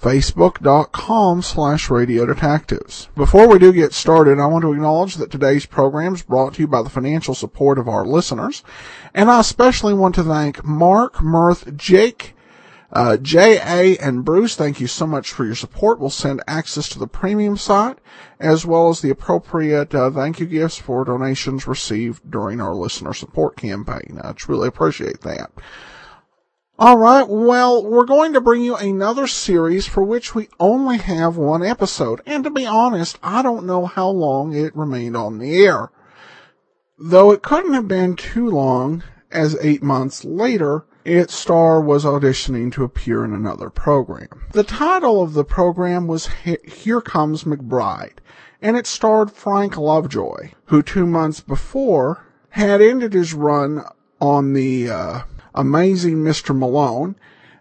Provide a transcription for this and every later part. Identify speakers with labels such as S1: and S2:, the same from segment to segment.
S1: facebook.com slash Radio Detectives. Before we do get started, I want to acknowledge that today's program is brought to you by the financial support of our listeners, and I especially want to thank Mark, Mirth, Jake, uh, J.A. and Bruce, thank you so much for your support. We'll send access to the premium site as well as the appropriate uh, thank you gifts for donations received during our listener support campaign. I truly appreciate that. All right, well, we're going to bring you another series for which we only have one episode. And to be honest, I don't know how long it remained on the air. Though it couldn't have been too long, as eight months later, its star was auditioning to appear in another program. The title of the program was He- Here Comes McBride, and it starred Frank Lovejoy, who two months before had ended his run on the uh, amazing Mr. Malone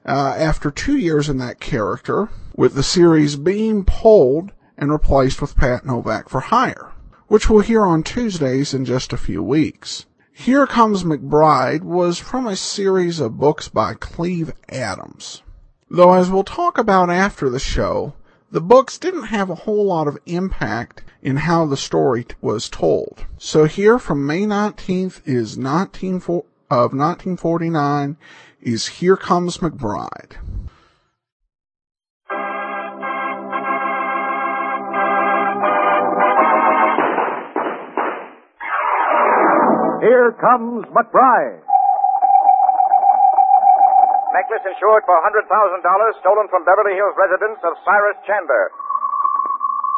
S1: uh, after two years in that character, with the series being pulled and replaced with Pat Novak for Hire, which we'll hear on Tuesdays in just a few weeks. Here Comes McBride was from a series of books by Cleve Adams. Though, as we'll talk about after the show, the books didn't have a whole lot of impact in how the story t- was told. So here from May 19th is 19 fo- of 1949 is Here Comes McBride.
S2: Here comes McBride.
S3: Necklace insured for $100,000 stolen from Beverly Hills residence of Cyrus Chandler.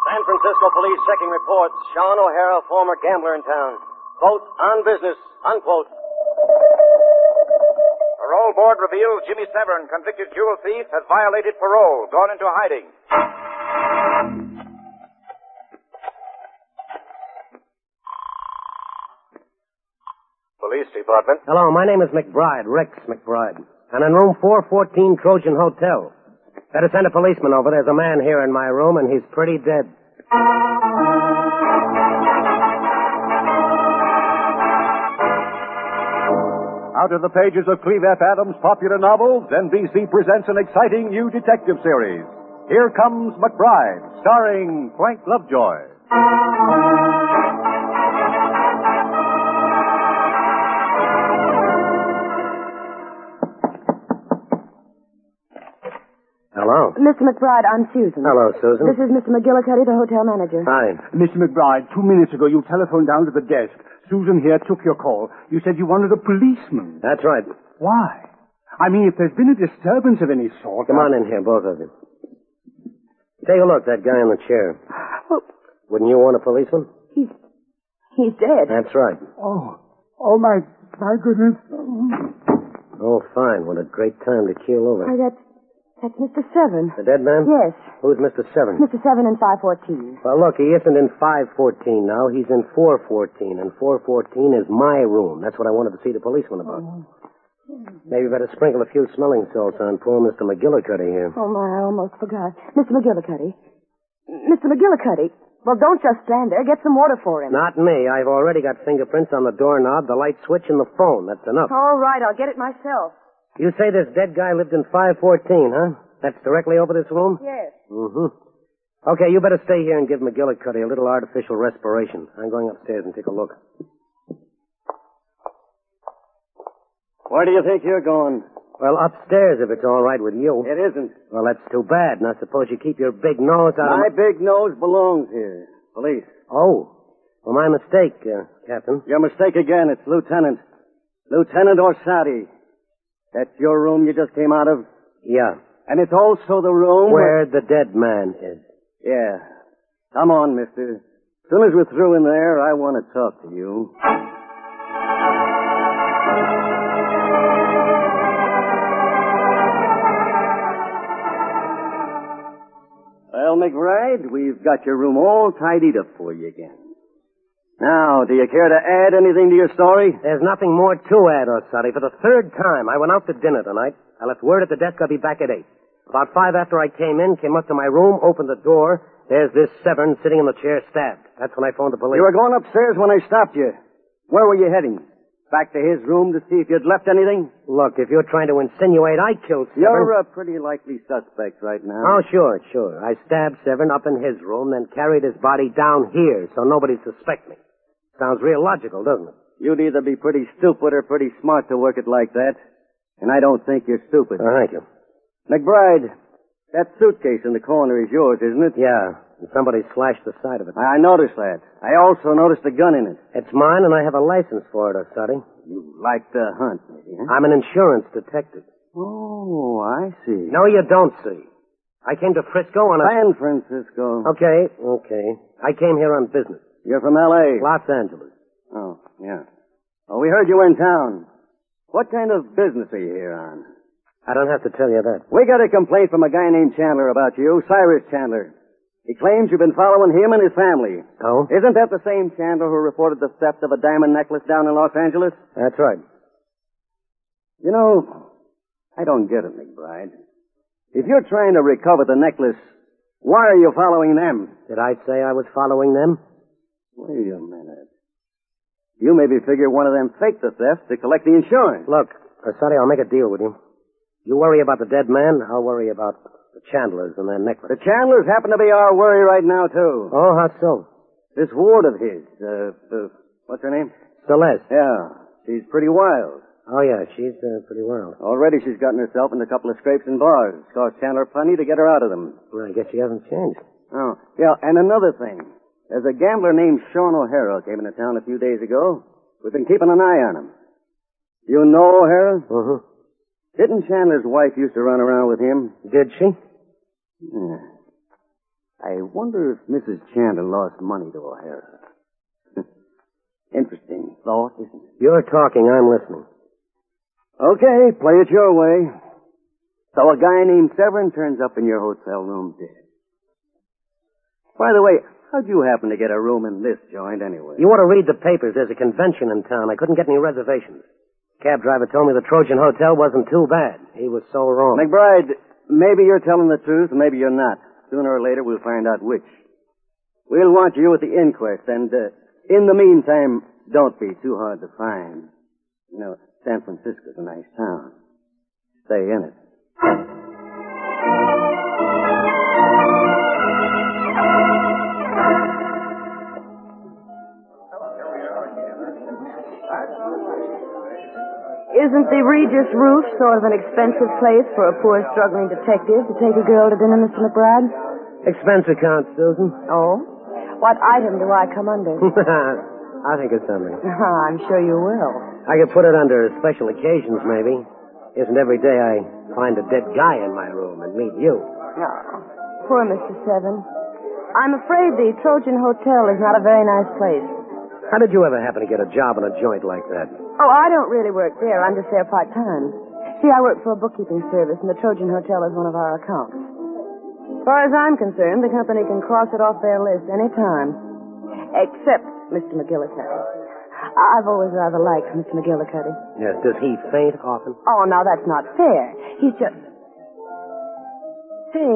S4: San Francisco police checking reports. Sean O'Hara, former gambler in town. Quote, on business, unquote.
S3: Parole board reveals Jimmy Severn, convicted jewel thief, has violated parole, gone into hiding. Police department.
S4: Hello, my name is McBride, Rex McBride. I'm in room 414 Trojan Hotel. Better send a policeman over. There's a man here in my room, and he's pretty dead.
S2: Out of the pages of Cleve F. Adams' popular novels, NBC presents an exciting new detective series. Here comes McBride, starring Frank Lovejoy.
S4: Hello.
S5: Mr. McBride, I'm Susan.
S4: Hello, Susan.
S5: This is Mr. McGillicuddy, the hotel manager.
S4: Hi.
S6: Mr. McBride, two minutes ago you telephoned down to the desk. Susan here took your call. You said you wanted a policeman.
S4: That's right.
S6: Why? I mean, if there's been a disturbance of any sort.
S4: Come on in here, both of you. Take a look, that guy in the chair.
S5: Well,
S4: Wouldn't you want a policeman?
S5: he's he's dead.
S4: That's right.
S6: Oh, oh my, my goodness.
S4: Oh, fine. What a great time to keel
S5: Why,
S4: over.
S5: that's that's Mr. Severn.
S4: The dead man?
S5: Yes,
S4: Who's Mr. Severn?
S5: Mr. Severn in five fourteen.
S4: Well, look, he isn't in 514 now. He's in 414, and 414 is my room. That's what I wanted to see the policeman about. Maybe better sprinkle a few smelling salts on poor Mr. McGillicuddy here.
S5: Oh my, I almost forgot, Mr. McGillicuddy. Mr. McGillicuddy. Well, don't just stand there. Get some water for him.
S4: Not me. I've already got fingerprints on the doorknob, the light switch, and the phone. That's enough.
S5: All right, I'll get it myself.
S4: You say this dead guy lived in 514, huh? That's directly over this room?
S5: Yes.
S4: Mm-hmm. Okay, you better stay here and give McGillicuddy a little artificial respiration. I'm going upstairs and take a look. Where do you think you're going? Well, upstairs, if it's all right with you.
S7: It isn't.
S4: Well, that's too bad. Now, suppose you keep your big nose out
S7: My
S4: of...
S7: big nose belongs here. Police.
S4: Oh. Well, my mistake, uh, Captain.
S7: Your mistake again. It's Lieutenant. Lieutenant Orsatti. That's your room you just came out of?
S4: Yeah.
S7: And it's also the room
S4: Where the dead man is.
S7: Yeah. Come on, mister. As soon as we're through in there, I want to talk to you. Well, McBride, we've got your room all tidied up for you again. Now, do you care to add anything to your story?
S4: There's nothing more to add, Orsatti. For the third time, I went out to dinner tonight. I left word at the desk I'll be back at 8. About 5 after I came in, came up to my room, opened the door. There's this Severn sitting in the chair stabbed. That's when I phoned the police.
S7: You were going upstairs when I stopped you. Where were you heading? Back to his room to see if you'd left anything?
S4: Look, if you're trying to insinuate I killed Severn...
S7: You're a pretty likely suspect right now.
S4: Oh, sure, sure. I stabbed Severn up in his room, then carried his body down here so nobody'd suspect me. Sounds real logical, doesn't it?
S7: You'd either be pretty stupid or pretty smart to work it like that. And I don't think you're stupid.
S4: Oh, thank you.
S7: McBride, that suitcase in the corner is yours, isn't it?
S4: Yeah, and somebody slashed the side of it.
S7: I I noticed that. I also noticed a gun in it.
S4: It's mine, and I have a license for it, Orsatti.
S7: You like to hunt, maybe, huh?
S4: I'm an insurance detective.
S7: Oh, I see.
S4: No, you don't see. I came to Frisco on a...
S7: San Francisco.
S4: Okay, okay. I came here on business.
S7: You're from L.A.
S4: Los Angeles.
S7: Oh, yeah. Well, we heard you were in town. What kind of business are you here on?
S4: I don't have to tell you that.
S7: We got a complaint from a guy named Chandler about you, Cyrus Chandler. He claims you've been following him and his family.
S4: Oh?
S7: Isn't that the same Chandler who reported the theft of a diamond necklace down in Los Angeles?
S4: That's right.
S7: You know, I don't get it, McBride. If you're trying to recover the necklace, why are you following them?
S4: Did I say I was following them?
S7: Wait a minute. You maybe figure one of them faked the theft to collect the insurance.
S4: Look, Orsatti, I'll make a deal with you. You worry about the dead man, I'll worry about the Chandlers and their necklace.
S7: The Chandlers happen to be our worry right now, too.
S4: Oh, how so?
S7: This ward of his, uh, uh, what's her name?
S4: Celeste.
S7: Yeah, she's pretty wild.
S4: Oh, yeah, she's uh, pretty wild.
S7: Already she's gotten herself into a couple of scrapes and bars. It's cost Chandler plenty to get her out of them.
S4: Well, I guess she hasn't changed.
S7: Oh, yeah, and another thing. There's a gambler named Sean O'Hara came into town a few days ago. We've been keeping an eye on him. You know O'Hara?
S4: Uh-huh.
S7: Didn't Chandler's wife used to run around with him?
S4: Did she?
S7: Yeah. I wonder if Mrs. Chandler lost money to O'Hara. Interesting thought, isn't it?
S4: You're talking, I'm listening.
S7: Okay, play it your way. So a guy named Severn turns up in your hotel room dead. By the way, how'd you happen to get a room in this joint anyway?
S4: You want to read the papers. There's a convention in town. I couldn't get any reservations. Cab driver told me the Trojan Hotel wasn't too bad. He was so wrong.
S7: McBride, maybe you're telling the truth, maybe you're not. Sooner or later, we'll find out which. We'll want you at the inquest, and uh, in the meantime, don't be too hard to find. You know, San Francisco's a nice town. Stay in it.
S5: Isn't the Regis Roof sort of an expensive place for a poor struggling detective to take a girl to dinner, Mr. McBride?
S4: Expense account, Susan.
S5: Oh? What item do I come under? Ah,
S4: I think it's something.
S5: I'm sure you will.
S4: I could put it under special occasions, maybe. Isn't every day I find a dead guy in my room and meet you?
S5: No. Poor Mr. Seven. I'm afraid the Trojan Hotel is not a very nice place.
S4: How did you ever happen to get a job in a joint like that?
S5: Oh, I don't really work there. I'm just there part time. See, I work for a bookkeeping service, and the Trojan Hotel is one of our accounts. As far as I'm concerned, the company can cross it off their list any time. Except Mr. McGillicuddy. I've always rather liked Mr. McGillicuddy.
S4: Yes. Does he faint often?
S5: Oh, now that's not fair. He's just. Say,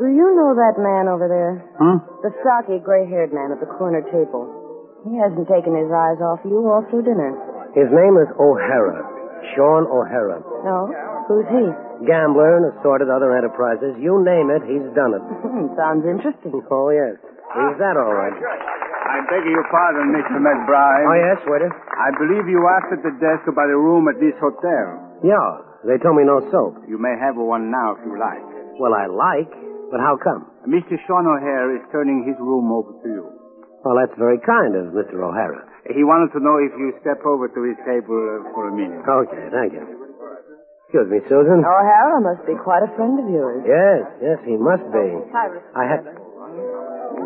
S5: do you know that man over there?
S6: Huh?
S5: The stocky, gray haired man at the corner table. He hasn't taken his eyes off you all through dinner.
S4: His name is O'Hara. Sean O'Hara.
S5: No? Who's he?
S4: Gambler and assorted other enterprises. You name it, he's done it.
S5: Hmm, sounds interesting.
S4: Oh, yes. He's that all right.
S6: I beg your pardon, Mr. McBride.
S4: Oh, yes, waiter?
S6: I believe you asked at the desk about a room at this hotel.
S4: Yeah. They told me no soap.
S6: You may have one now if you like.
S4: Well, I like, but how come?
S6: Mr. Sean O'Hare is turning his room over to you.
S4: Well, that's very kind of Mr. O'Hara.
S6: He wanted to know if you step over to his table uh, for a minute.
S4: Okay, thank you. Excuse me, Susan.
S5: O'Hara Oh, must be quite a friend of yours.
S4: Yes, yes, he must be. I had.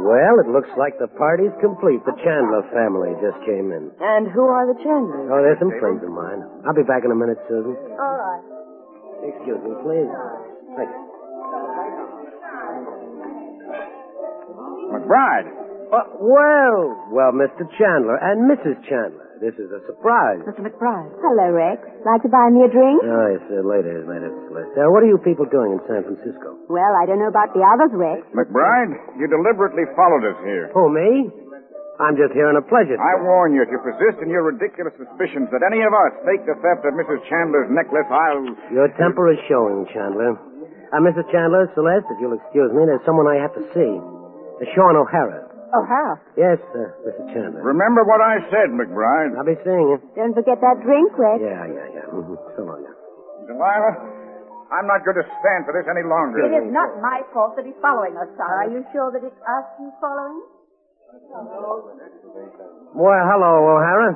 S4: Well, it looks like the party's complete. The Chandler family just came in.
S5: And who are the Chandlers?
S4: Oh, there's some friends of mine. I'll be back in a minute, Susan.
S5: All right.
S4: Excuse me, please. Thank you.
S2: McBride.
S4: Uh, well, well, Mr. Chandler and Mrs. Chandler. This is a surprise.
S5: Mr. McBride.
S8: Hello, Rex. Like to buy me a drink?
S4: Oh, yes, uh, later, later, later. Uh, what are you people doing in San Francisco?
S8: Well, I don't know about the others, Rex.
S3: McBride, you deliberately followed us here.
S4: Oh, me? I'm just here on a pleasure
S3: I
S4: trip.
S3: warn you, if you persist in your ridiculous suspicions that any of us faked the theft of Mrs. Chandler's necklace, I'll.
S4: Your temper is showing, Chandler. Uh, Mrs. Chandler, Celeste, if you'll excuse me, there's someone I have to see. Uh, Sean O'Hara.
S5: O'Hara.
S4: Yes, uh, Mrs. Chandler.
S3: Remember what I said, McBride.
S4: I'll be seeing you.
S8: Don't forget that drink, Rex.
S4: Yeah, yeah, yeah. hmm So long now.
S3: Delilah, I'm not going to stand for this any longer.
S9: It is not my fault that he's following us, Sarah. Are you sure that it's us he's following?
S4: Well, hello, O'Hara.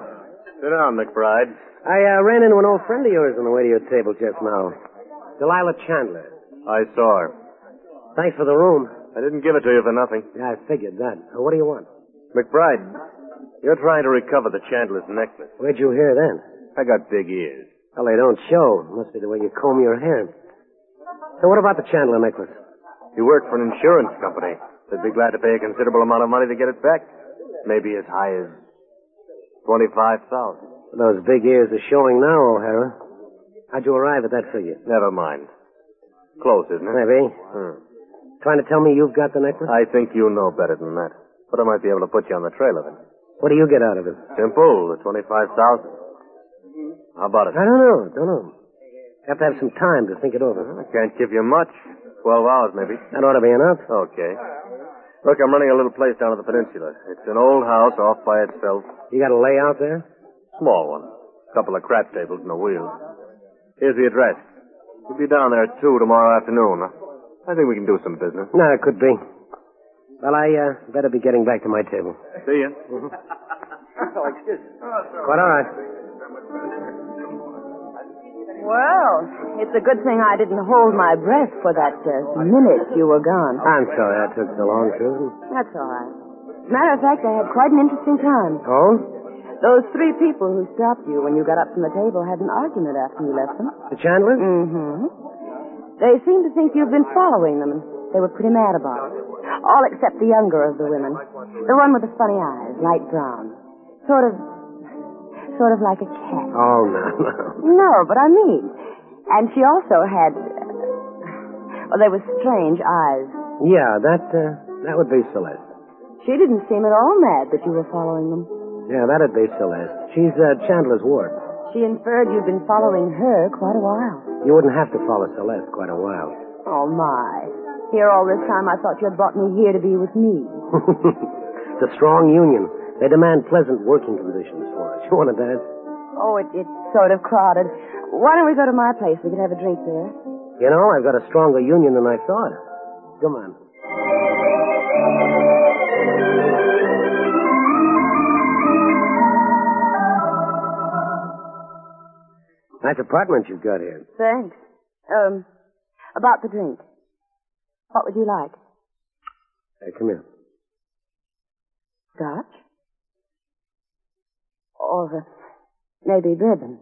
S7: Sit down, McBride.
S4: I uh, ran into an old friend of yours on the way to your table just now. Delilah Chandler.
S7: I saw her.
S4: Thanks for the room.
S7: I didn't give it to you for nothing.
S4: Yeah, I figured that. Uh, what do you want?
S7: McBride, you're trying to recover the Chandler's necklace.
S4: Where'd you hear then?
S7: I got big ears.
S4: Well, they don't show. Must be the way you comb your hair. So what about the Chandler necklace?
S7: You work for an insurance company. They'd be glad to pay a considerable amount of money to get it back. Maybe as high as twenty-five thousand.
S4: Those big ears are showing now, O'Hara. How'd you arrive at that figure?
S7: Never mind. Close, isn't it?
S4: Maybe.
S7: Hmm.
S4: Trying to tell me you've got the necklace?
S7: I think you know better than that, but I might be able to put you on the trail of it.
S4: What do you get out of it?
S7: Simple, the twenty-five thousand. How about it?
S4: I don't know. Don't know. Have to have some time to think it over.
S7: I can't give you much. Twelve hours, maybe.
S4: That ought to be enough.
S7: Okay. Look, I'm running a little place down at the peninsula. It's an old house off by itself.
S4: You got a layout there?
S7: Small one. Couple of crap tables and a wheel. Here's the address. We'll be down there at two tomorrow afternoon. I think we can do some business.
S4: No, it could be. Well, I uh, better be getting back to my table. Mm-hmm. Oh,
S7: See you.
S4: Quite all right.
S5: Well, it's a good thing I didn't hold my breath for that uh, minute you were gone.
S4: I'm sorry I took so long, Susan.
S5: That's all right. Matter of fact, I had quite an interesting time.
S4: Oh?
S5: Those three people who stopped you when you got up from the table had an argument after you left them.
S4: The Chandler?
S5: Mm-hmm. They seem to think you've been following them, and they were pretty mad about it. All except the younger of the women. The one with the funny eyes, light brown. Sort of, sort of like a cat.
S4: Oh, no, no.
S5: No, but I mean. And she also had, uh, well, they were strange eyes.
S4: Yeah, that, uh, that would be Celeste.
S5: She didn't seem at all mad that you were following them.
S4: Yeah, that'd be Celeste. She's uh, Chandler's ward.
S5: She inferred you'd been following her quite a while.
S4: You wouldn't have to follow Celeste quite a while.
S5: Oh, my. Here all this time, I thought you had brought me here to be with me.
S4: it's a strong union. They demand pleasant working conditions for us. You want to dance?
S5: Oh, it, it's sort of crowded. Why don't we go to my place? We could have a drink there.
S4: You know, I've got a stronger union than I thought. Come on. Nice apartment you've got here.
S5: Thanks. Um, about the drink. What would you like?
S4: Hey, come here.
S5: Scotch? Or uh, maybe bourbon?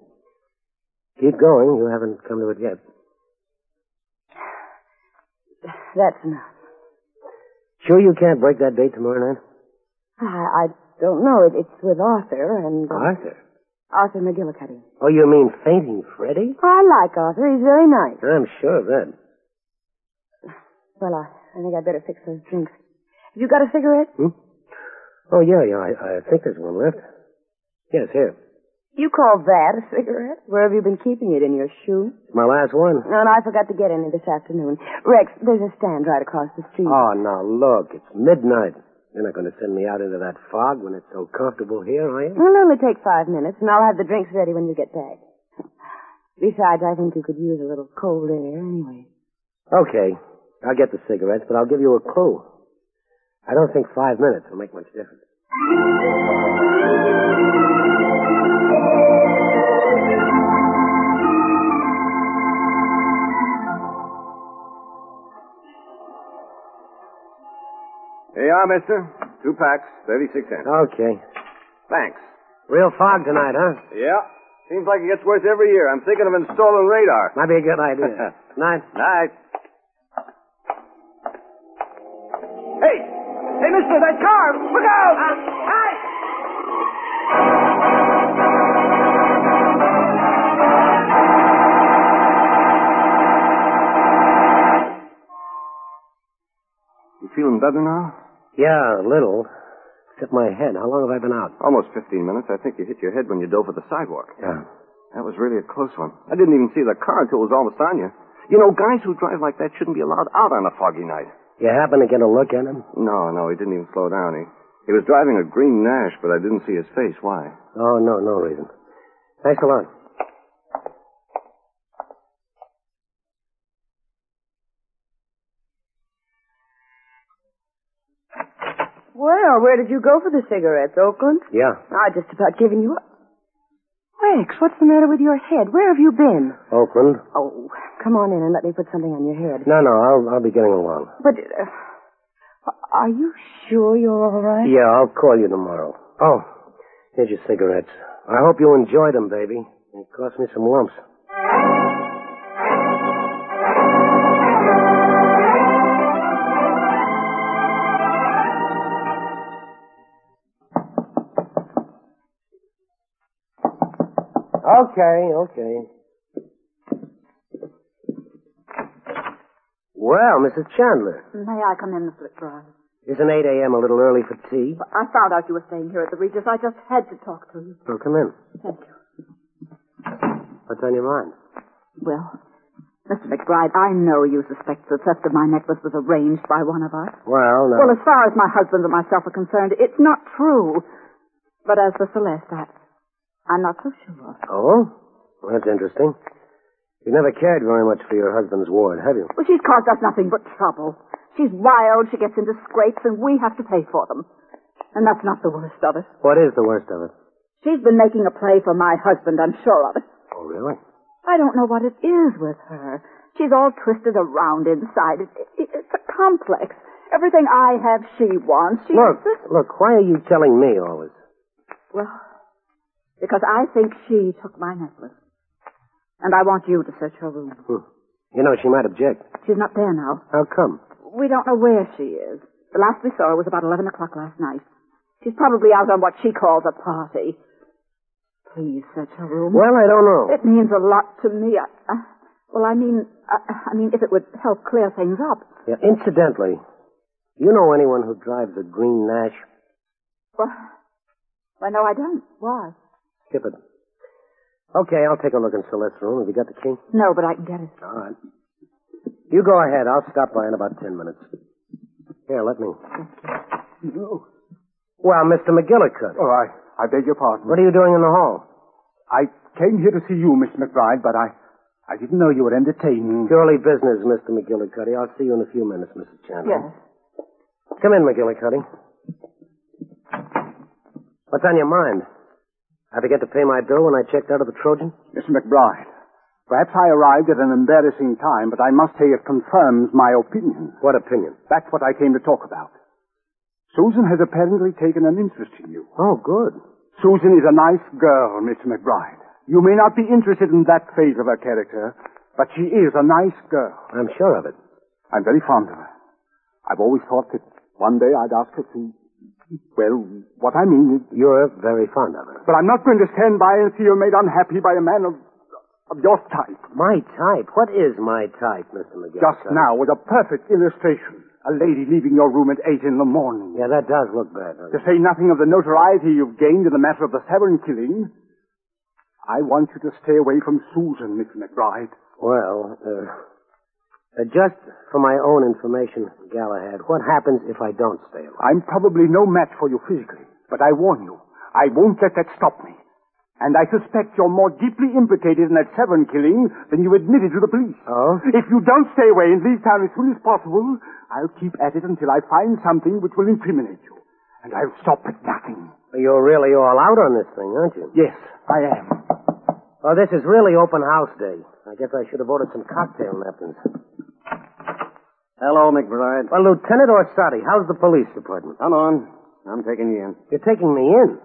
S4: Keep going. You haven't come to it yet.
S5: That's enough.
S4: Sure you can't break that date tomorrow night?
S5: I, I don't know. It, it's with Arthur and
S4: Arthur.
S5: Arthur McGillicuddy.
S4: Oh, you mean fainting Freddy?
S5: I like Arthur. He's very nice.
S4: I'm sure of that.
S5: Well, I, I think I'd better fix those drinks. Have you got a cigarette?
S4: Oh, yeah, yeah. I, I think there's one left. Yes, here.
S5: You call that a cigarette? Where have you been keeping it? In your shoe?
S4: It's my last one.
S5: No, and I forgot to get any this afternoon. Rex, there's a stand right across the street.
S4: Oh, now look, it's midnight. You're not going to send me out into that fog when it's so comfortable here, are you?
S5: It'll only take five minutes, and I'll have the drinks ready when you get back. Besides, I think you could use a little cold air anyway.
S4: Okay. I'll get the cigarettes, but I'll give you a clue. I don't think five minutes will make much difference.
S2: Here you are, mister. Two packs, 36 cents.
S4: Okay.
S2: Thanks.
S4: Real fog tonight, huh?
S2: Yeah. Seems like it gets worse every year. I'm thinking of installing radar.
S4: Might be a good idea. Night.
S2: Night.
S7: Hey! Hey, mister, that car! Look out!
S4: Uh,
S2: You feeling better now?
S4: Yeah, a little. Except my head. How long have I been out?
S2: Almost 15 minutes. I think you hit your head when you dove for the sidewalk.
S4: Yeah.
S2: That was really a close one. I didn't even see the car until it was almost on you. You know, guys who drive like that shouldn't be allowed out on a foggy night.
S4: You happen to get a look at him?
S2: No, no, he didn't even slow down. He, he was driving a green Nash, but I didn't see his face. Why?
S4: Oh, no, no reason. Thanks a lot.
S5: Well, where did you go for the cigarettes, Oakland?
S4: Yeah.
S5: I just about given you up. Rex, what's the matter with your head? Where have you been?
S4: Oakland?
S5: Oh, come on in and let me put something on your head.
S4: No, no, I'll, I'll be getting along.
S5: But uh, are you sure you're all right?
S4: Yeah, I'll call you tomorrow. Oh, here's your cigarettes. I hope you enjoyed them, baby. It cost me some lumps. Okay, okay. Well, Mrs. Chandler,
S9: May I come in, Mr. McBride?
S4: isn't 8 a.m. a little early for tea?
S9: I found out you were staying here at the Regis. I just had to talk to you.
S4: Oh, come in.
S9: Thank you.
S4: What's on your mind?
S9: Well, Mr. McBride, I know you suspect the theft of my necklace was arranged by one of us.
S4: Well, no.
S9: Well, as far as my husband and myself are concerned, it's not true. But as for Celeste, I, I'm not so sure.
S4: Oh? Well, that's interesting. You never cared very much for your husband's ward, have you?
S9: Well, she's caused us nothing but trouble. She's wild, she gets into scrapes, and we have to pay for them. And that's not the worst of it.
S4: What is the worst of it?
S9: She's been making a play for my husband, I'm sure of it.
S4: Oh, really?
S9: I don't know what it is with her. She's all twisted around inside. It, it, it's a complex. Everything I have, she wants. She
S4: Look,
S9: insists-
S4: look, why are you telling me all this?
S9: Well, because I think she took my necklace. And I want you to search her room.
S4: Hmm. You know, she might object.
S9: She's not there now.
S4: How come?
S9: We don't know where she is. The last we saw her was about 11 o'clock last night. She's probably out on what she calls a party. Please search her room.
S4: Well, I don't know.
S9: It means a lot to me. I, I, well, I mean, I, I mean, if it would help clear things up.
S4: Yeah, incidentally, you know anyone who drives a green Nash?
S9: Well, well, no, I don't. Why?
S4: Skip it. Okay, I'll take a look in Celeste's room. Have you got the key?
S9: No, but I can get it.
S4: All right. Uh, You go ahead. I'll stop by in about ten minutes. Here, let me. Well, Mr. McGillicuddy,
S6: Oh, I, I beg your pardon.
S4: what are you doing in the hall?
S6: I came here to see you, Miss McBride, but I, I didn't know you were entertaining.
S4: Purely business, Mr. McGillicuddy. I'll see you in a few minutes, Mrs. Chandler. Come in, McGillicuddy. What's on your mind? I forget to pay my bill when I checked out of the Trojan?
S6: Miss McBride, perhaps I arrived at an embarrassing time, but I must say it confirms my opinion.
S4: What opinion?
S6: That's what I came to talk about. Susan has apparently taken an interest in you.
S4: Oh, good.
S6: Susan is a nice girl, Miss McBride. You may not be interested in that phase of her character, but she is a nice girl.
S4: I'm sure of it.
S6: I'm very fond of her. I've always thought that one day I'd ask her to, well, what I mean is,
S4: You're very fond of her.
S6: but I'm not going to stand by and see her made unhappy by a man of, of your type.
S4: My type. What is my type, Mr. McGillicuddy?
S6: Just now was a perfect illustration. A lady leaving your room at eight in the morning.
S4: Yeah, that does look bad.
S6: To
S4: doesn't
S6: say nothing of the notoriety you've gained in the matter of the Severn killing, I want you to stay away from Susan, Miss McBride.
S4: Well, uh, uh, just for my own information, Galahad, what happens if I don't stay alive?
S6: I'm probably no match for you physically, but I warn you, I won't let that stop me. And I suspect you're more deeply implicated in that Severn killing than you admitted to the police.
S4: Oh?
S6: If you don't stay away and leave town as soon as possible, I'll keep at it until I find something which will incriminate you. And I'll stop at nothing.
S4: You're really all out on this thing, aren't you?
S6: Yes, I am.
S4: Well, this is really open house day. I guess I should have ordered some cocktail napkins.
S7: Hello, McBride.
S4: Well, Lieutenant Orsatti, how's the police department?
S7: Come on. I'm taking you in.
S4: You're taking me in.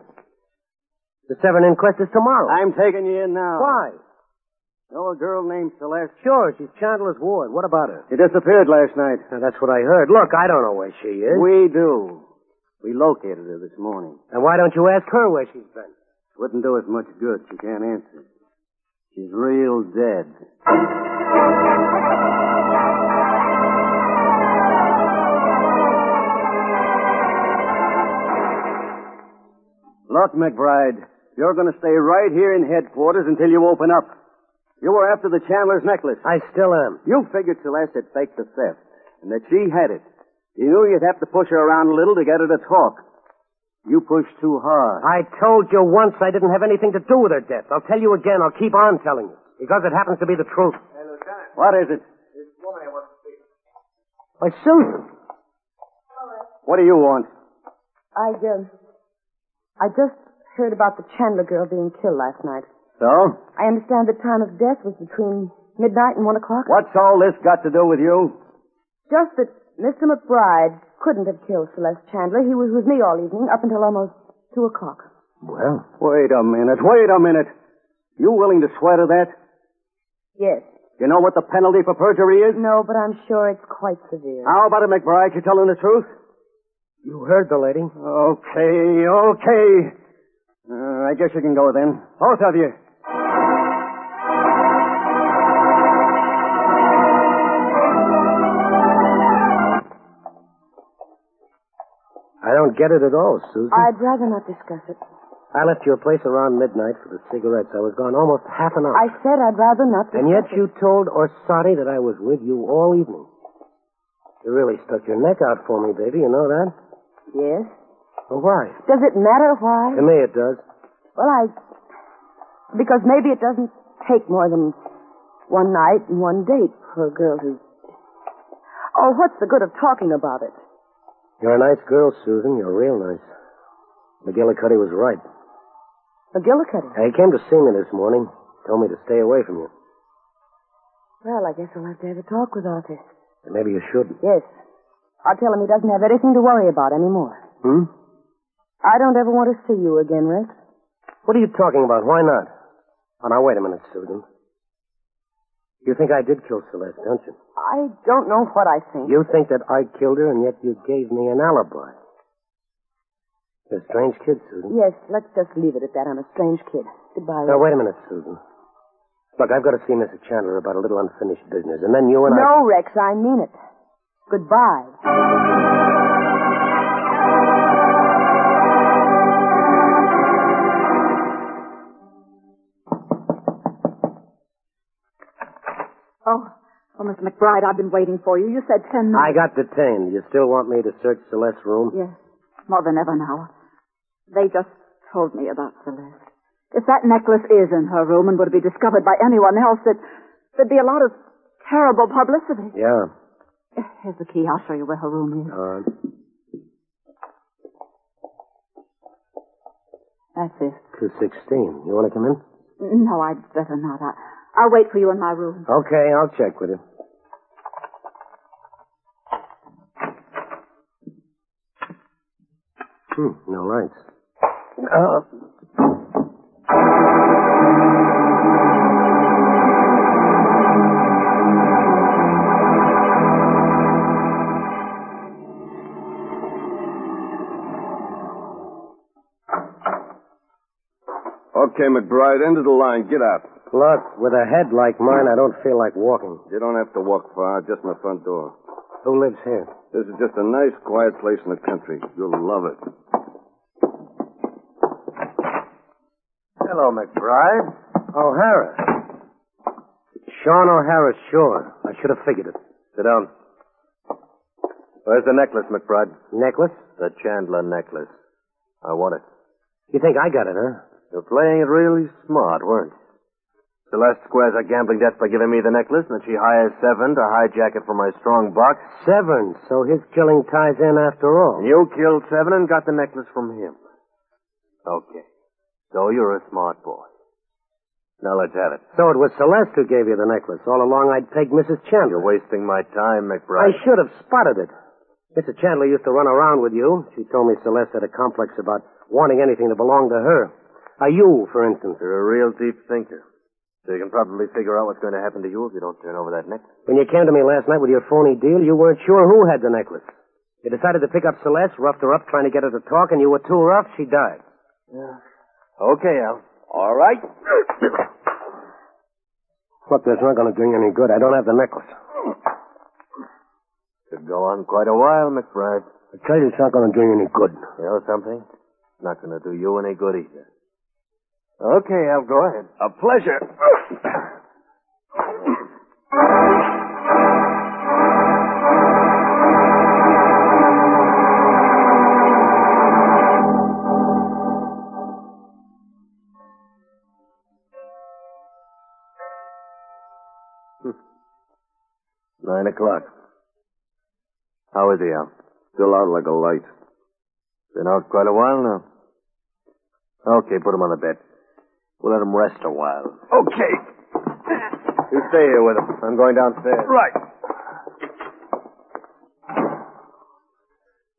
S4: The Severn inquest is tomorrow.
S7: I'm taking you in now.
S4: Why?
S7: Know a girl named Celeste?
S4: Sure, she's Chandler's ward. What about her?
S7: She disappeared last night.
S4: Now, that's what I heard. Look, I don't know where she is.
S7: We do. We located her this morning.
S4: And why don't you ask her where she's been?
S7: Wouldn't do us much good. She can't answer. She's real dead. Look, McBride, you're going to stay right here in headquarters until you open up. You were after the Chandler's necklace.
S4: I still am.
S7: You figured Celeste had faked the theft, and that she had it. You knew you'd have to push her around a little to get her to talk. You pushed too hard.
S4: I told you once I didn't have anything to do with her death. I'll tell you again. I'll keep on telling you. Because it happens to be the truth.
S10: Hey, Lieutenant.
S7: What is it?
S10: This woman I want to speak.
S4: Why, Susan.
S7: What do you want?
S5: I, uh,
S9: um,
S5: I just heard about the Chandler girl being killed last night.
S7: So?
S5: I understand the time of death was between midnight and one o'clock.
S7: What's all this got to do with you?
S5: Just that Mr. McBride couldn't have killed Celeste Chandler. He was with me all evening up until almost two o'clock.
S7: Well, wait a minute. Wait a minute. You willing to swear to that?
S5: Yes.
S7: You know what the penalty for perjury is?
S5: No, but I'm sure it's quite severe.
S7: How about it, McBride? You telling the truth?
S4: You heard the lady.
S7: Okay, okay. Uh, I guess you can go then. Both of you.
S4: I don't get it at all, Susan.
S5: I'd rather not discuss it.
S4: I left your place around midnight for the cigarettes. I was gone almost half an hour.
S5: I said I'd rather not discuss
S4: And yet
S5: it.
S4: you told Orsatti that I was with you all evening. You really stuck your neck out for me, baby. You know that?
S5: Yes.
S4: Well, why?
S5: Does it matter why?
S4: To me, it does.
S5: Well, I. Because maybe it doesn't take more than one night and one date for a girl to. Oh, what's the good of talking about it?
S4: You're a nice girl, Susan. You're real nice. McGillicuddy was right.
S5: McGillicuddy?
S4: He came to see me this morning. Told me to stay away from you.
S5: Well, I guess I'll have to have a talk with Arthur.
S4: And maybe you shouldn't.
S5: Yes. I'll tell him he doesn't have anything to worry about anymore.
S4: Hmm?
S5: I don't ever want to see you again, Rex.
S4: What are you talking about? Why not? Oh, now, wait a minute, Susan. You think I did kill Celeste, don't you?
S5: I don't know what I think.
S4: You think that I killed her, and yet you gave me an alibi. You're a strange kid, Susan.
S5: Yes, let's just leave it at that. I'm a strange kid. Goodbye,
S4: Now,
S5: Rex.
S4: wait a minute, Susan. Look, I've got to see Mrs. Chandler about a little unfinished business, and then you and I...
S5: No, Rex, I mean it. Goodbye.
S9: Oh, oh, Mr. McBride, I've been waiting for you. You said ten
S4: I
S9: minutes.
S4: got detained. You still want me to search Celeste's room?
S9: Yes, more than ever now. They just told me about Celeste. If that necklace is in her room and were to be discovered by anyone else, it, there'd be a lot of terrible publicity.
S4: Yeah. Uh,
S9: Here's the key. I'll show you where her room is.
S5: Oh.
S4: All right.
S9: That's it.
S4: 216. You want to come in?
S9: No, I'd better not. I, I'll wait for you in my room.
S4: Okay, I'll check with you. Hmm, no lights. Uh,
S11: Okay, McBride, end of the line. Get out.
S4: look, with a head like mine, I don't feel like walking.
S11: You don't have to walk far, just my front door.
S4: Who lives here?
S11: This is just a nice, quiet place in the country. You'll love it.
S4: Hello, McBride. O'Hara. Oh, Sean O'Hara, sure. I should have figured it.
S12: Sit down. Where's the necklace, McBride?
S4: Necklace?
S12: The Chandler necklace. I want it.
S4: You think I got it, huh?
S12: You're playing it really smart, weren't you? Celeste squares her gambling debt by giving me the necklace, and she hires Seven to hijack it from my strong box.
S4: Severn, so his killing ties in after all.
S12: You killed Seven and got the necklace from him. Okay. So you're a smart boy. Now let's have it.
S4: So it was Celeste who gave you the necklace. All along, I'd pegged Mrs. Chandler.
S12: You're wasting my time,
S4: I
S12: McBride.
S4: should have spotted it. Mrs. Chandler used to run around with you. She told me Celeste had a complex about wanting anything to belong to her. A you, for instance.
S12: You're a real deep thinker. So you can probably figure out what's going to happen to you if you don't turn over that necklace.
S4: When you came to me last night with your phony deal, you weren't sure who had the necklace. You decided to pick up Celeste, roughed her up, trying to get her to talk, and you were too rough. She died.
S12: Okay, Al.
S7: All right.
S4: Look, that's not going to do you any good. I don't have the necklace.
S12: Could go on quite a while, McBride.
S4: I tell you, it's not going to do you any good.
S12: You know something? It's not going to do you any good either. Okay, Al, go ahead.
S7: A pleasure.
S12: Nine o'clock. How is he out?
S11: Still out like a light.
S12: Been out quite a while now. Okay, put him on the bed. We'll let him rest a while.
S7: Okay.
S12: You stay here with him. I'm going downstairs.
S7: Right.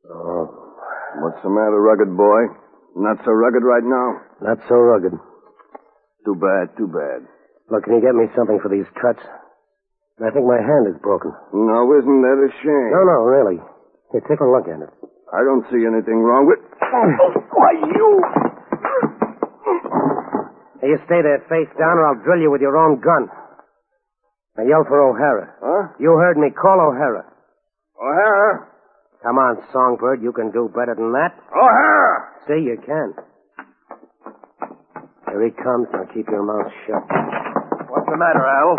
S11: Oh. What's the matter, rugged boy? Not so rugged right now.
S4: Not so rugged.
S11: Too bad, too bad.
S4: Look, can you get me something for these cuts? I think my hand is broken.
S11: Now, isn't that a shame?
S4: No, no, really. Here, take a look at it.
S11: I don't see anything wrong with.
S7: Why, you.
S4: Hey, you stay there face down, or I'll drill you with your own gun. Now yell for O'Hara.
S11: Huh?
S4: You heard me. Call O'Hara.
S11: O'Hara!
S4: Come on, Songbird. You can do better than that.
S11: O'Hara!
S4: See, you can. Here he comes. Now keep your mouth shut.
S12: What's the matter, Al?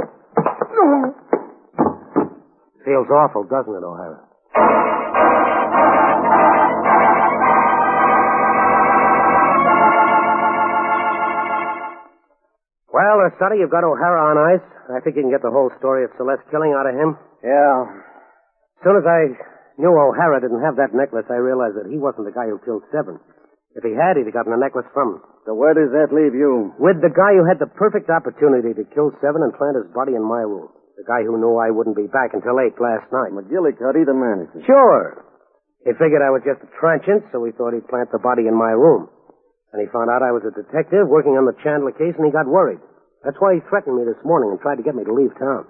S4: Feels awful, doesn't it, O'Hara? Well, Rosati, you've got O'Hara on ice. I think you can get the whole story of Celeste's killing out of him.
S7: Yeah.
S4: As soon as I knew O'Hara didn't have that necklace, I realized that he wasn't the guy who killed Seven. If he had, he'd have gotten the necklace from him.
S7: So where does that leave you?
S4: With the guy who had the perfect opportunity to kill Seven and plant his body in my room. The guy who knew I wouldn't be back until late last night.
S7: McGillicuddy, the manager.
S4: Sure. He figured I was just a transient, so he thought he'd plant the body in my room. And he found out I was a detective working on the Chandler case, and he got worried. That's why he threatened me this morning and tried to get me to leave town.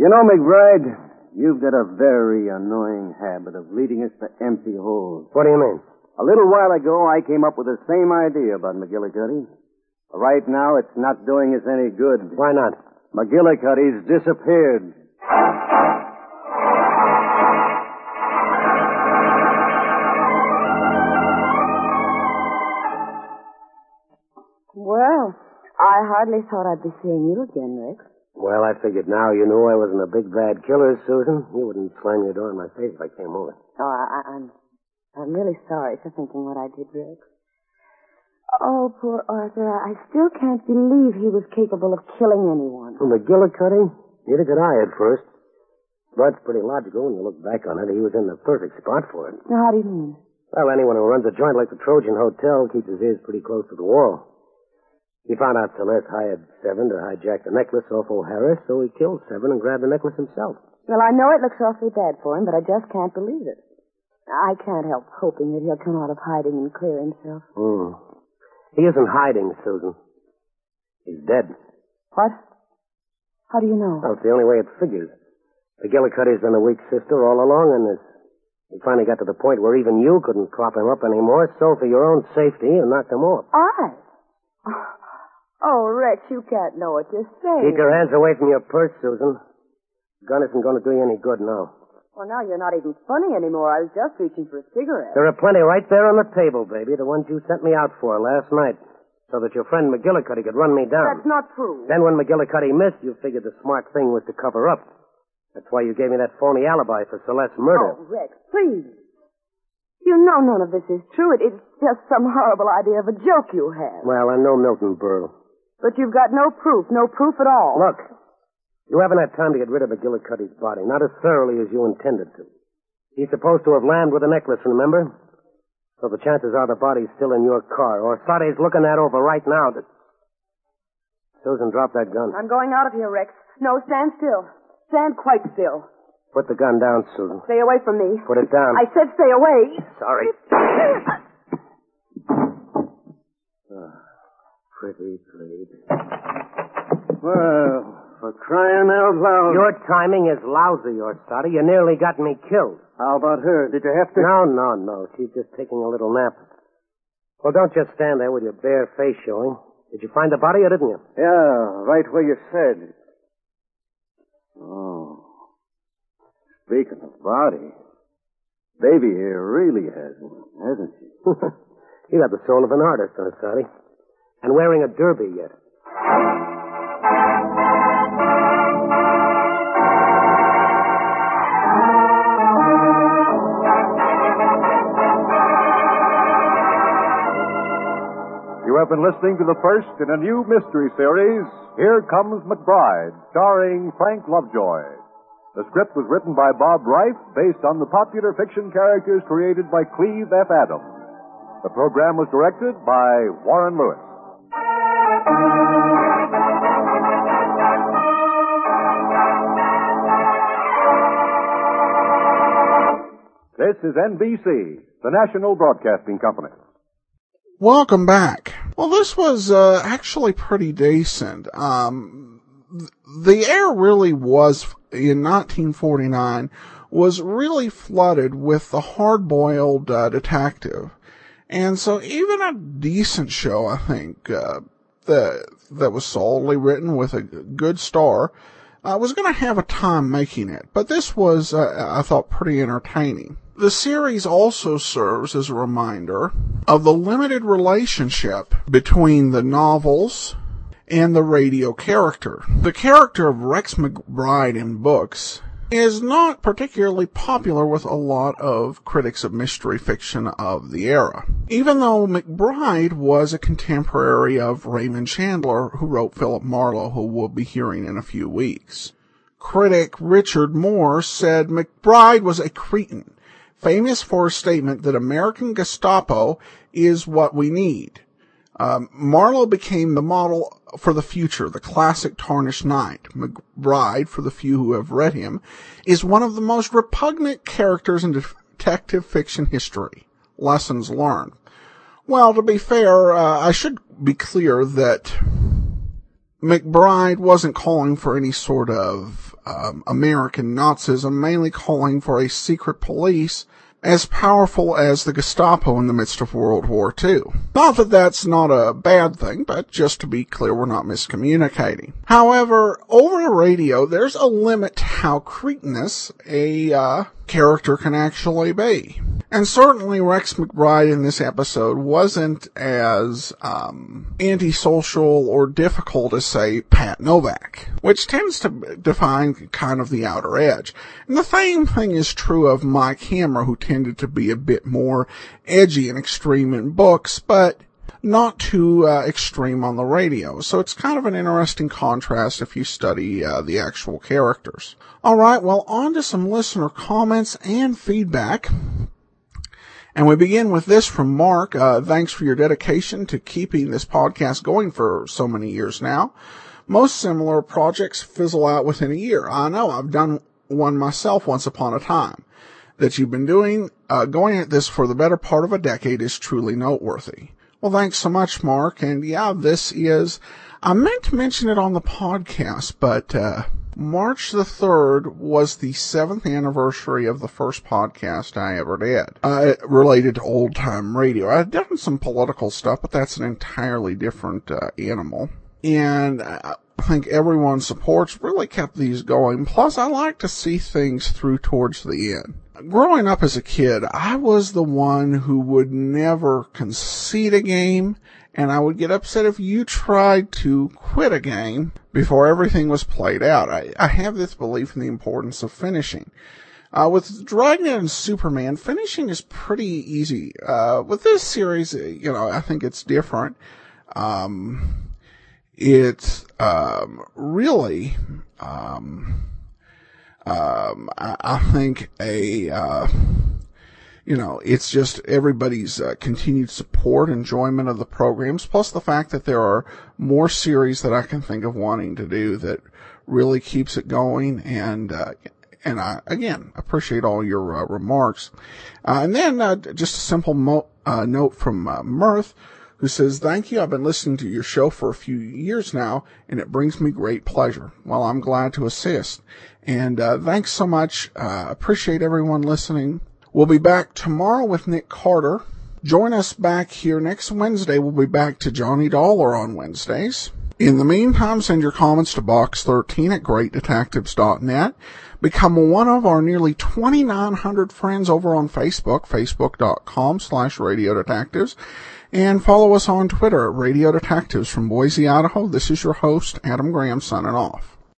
S7: You know, McBride, you've got a very annoying habit of leading us to empty holes.
S4: What do you mean?
S7: A little while ago, I came up with the same idea about McGillicuddy. Right now, it's not doing us any good.
S4: Why not?
S7: McGillicuddy's disappeared.
S5: Well, I hardly thought I'd be seeing you again, Rick.
S4: Well, I figured now you knew I wasn't a big bad killer, Susan. You wouldn't slam your door in my face if I came over.
S5: Oh, I, I- I'm, I'm really sorry for thinking what I did, Rick. Oh, poor Arthur. I still can't believe he was capable of killing anyone.
S4: Well, McGillicuddy? Neither could I at first. But it's pretty logical when you look back on it. He was in the perfect spot for it.
S5: Now, how do you mean?
S4: Well, anyone who runs a joint like the Trojan Hotel keeps his ears pretty close to the wall. He found out Celeste hired Seven to hijack the necklace off O'Hara, so he killed Seven and grabbed the necklace himself.
S5: Well, I know it looks awfully bad for him, but I just can't believe it. I can't help hoping that he'll come out of hiding and clear himself.
S4: Hmm. He isn't hiding, Susan. He's dead.
S5: What? How do you know?
S4: Well, it's the only way it figures. The Gillicuddy's been a weak sister all along in this. He finally got to the point where even you couldn't prop him up anymore, so for your own safety, you knocked him off.
S5: I? Oh, Rex, you can't know what you're saying.
S4: Keep your hands away from your purse, Susan. Gun isn't going to do you any good now.
S5: Well, now you're not even funny anymore. I was just reaching for a cigarette.
S4: There are plenty right there on the table, baby, the ones you sent me out for last night, so that your friend McGillicuddy could run me down.
S5: That's not true.
S4: Then when McGillicuddy missed, you figured the smart thing was to cover up. That's why you gave me that phony alibi for Celeste's murder.
S5: Oh, Rex, please. You know none of this is true. It, it's just some horrible idea of a joke you have.
S4: Well, I know Milton Burl.
S5: But you've got no proof, no proof at all.
S4: Look, you haven't had time to get rid of McGillicuddy's body, not as thoroughly as you intended to. He's supposed to have landed with a necklace, remember? So the chances are the body's still in your car, or Sade's looking that over right now. To... Susan, drop that gun.
S5: I'm going out of here, Rex. No, stand still. Stand quite still.
S4: Put the gun down, Susan.
S5: Stay away from me.
S4: Put it down.
S5: I said stay away.
S4: Sorry. Ah, pretty blade.
S7: Well, for crying out loud.
S4: Your timing is lousy, Orstotti. You nearly got me killed.
S7: How about her? Did you have to?
S4: No, no, no. She's just taking a little nap. Well, don't just stand there with your bare face showing. Did you find the body or didn't you?
S7: Yeah, right where you said. Oh. Speaking of body, baby here really has one, hasn't she?
S4: you got the soul of an artist, Orstotti. And wearing a derby yet.
S2: You have been listening to the first in a new mystery series, Here Comes McBride, starring Frank Lovejoy. The script was written by Bob Reif, based on the popular fiction characters created by Cleve F. Adams. The program was directed by Warren Lewis. This is NBC, the national broadcasting company.
S1: Welcome back. Well, this was uh, actually pretty decent. Um, th- the air really was in 1949 was really flooded with the hard-boiled uh, detective, and so even a decent show, I think, uh, that that was solidly written with a g- good star, uh, was going to have a time making it. But this was, uh, I thought, pretty entertaining. The series also serves as a reminder of the limited relationship between the novels and the radio character. The character of Rex McBride in books is not particularly popular with a lot of critics of mystery fiction of the era. Even though McBride was a contemporary of Raymond Chandler, who wrote Philip Marlowe, who we'll be hearing in a few weeks. Critic Richard Moore said McBride was a cretin famous for a statement that American Gestapo is what we need. Um, Marlowe became the model for the future, the classic Tarnished Knight. McBride, for the few who have read him, is one of the most repugnant characters in detective fiction history. Lessons learned. Well, to be fair, uh, I should be clear that McBride wasn't calling for any sort of um, American Nazism, mainly calling for a secret police as powerful as the Gestapo in the midst of World War II. Not that that's not a bad thing, but just to be clear, we're not miscommunicating. However, over the radio, there's a limit to how cretinous a uh, character can actually be. And certainly Rex McBride in this episode wasn't as um, antisocial or difficult as, say, Pat Novak, which tends to define kind of the outer edge. And the same thing is true of Mike Hammer, who tended to be a bit more edgy and extreme in books, but not too uh, extreme on the radio. So it's kind of an interesting contrast if you study uh, the actual characters. All right, well, on to some listener comments and feedback. And we begin with this from Mark. Uh, thanks for your dedication to keeping this podcast going for so many years now. Most similar projects fizzle out within a year. I know I've done one myself once upon a time. That you've been doing, uh, going at this for the better part of a decade is truly noteworthy. Well, thanks so much, Mark. And yeah, this is, I meant to mention it on the podcast, but, uh, March the 3rd was the seventh anniversary of the first podcast I ever did, uh, related to old time radio. I'd done some political stuff, but that's an entirely different uh, animal. And I think everyone's support's really kept these going. Plus, I like to see things through towards the end. Growing up as a kid, I was the one who would never concede a game and I would get upset if you tried to quit a game before everything was played out. I, I have this belief in the importance of finishing. Uh, with Dragnet and Superman, finishing is pretty easy. Uh, with this series, you know, I think it's different. Um, it's, um, really, um, I, I, think a, uh, you know, it's just everybody's uh, continued support, enjoyment of the programs, plus the fact that there are more series that I can think of wanting to do that really keeps it going. And, uh, and I, again, appreciate all your uh, remarks. Uh, and then uh, just a simple mo- uh, note from uh, Mirth, who says, Thank you. I've been listening to your show for a few years now, and it brings me great pleasure. Well, I'm glad to assist. And uh, thanks so much. Uh, appreciate everyone listening. We'll be back tomorrow with Nick Carter. Join us back here next Wednesday. We'll be back to Johnny Dollar on Wednesdays. In the meantime, send your comments to box13 at greatdetectives.net. Become one of our nearly 2,900 friends over on Facebook, facebook.com slash radio detectives. And follow us on Twitter at Radio Detectives from Boise, Idaho. This is your host, Adam Graham, signing off.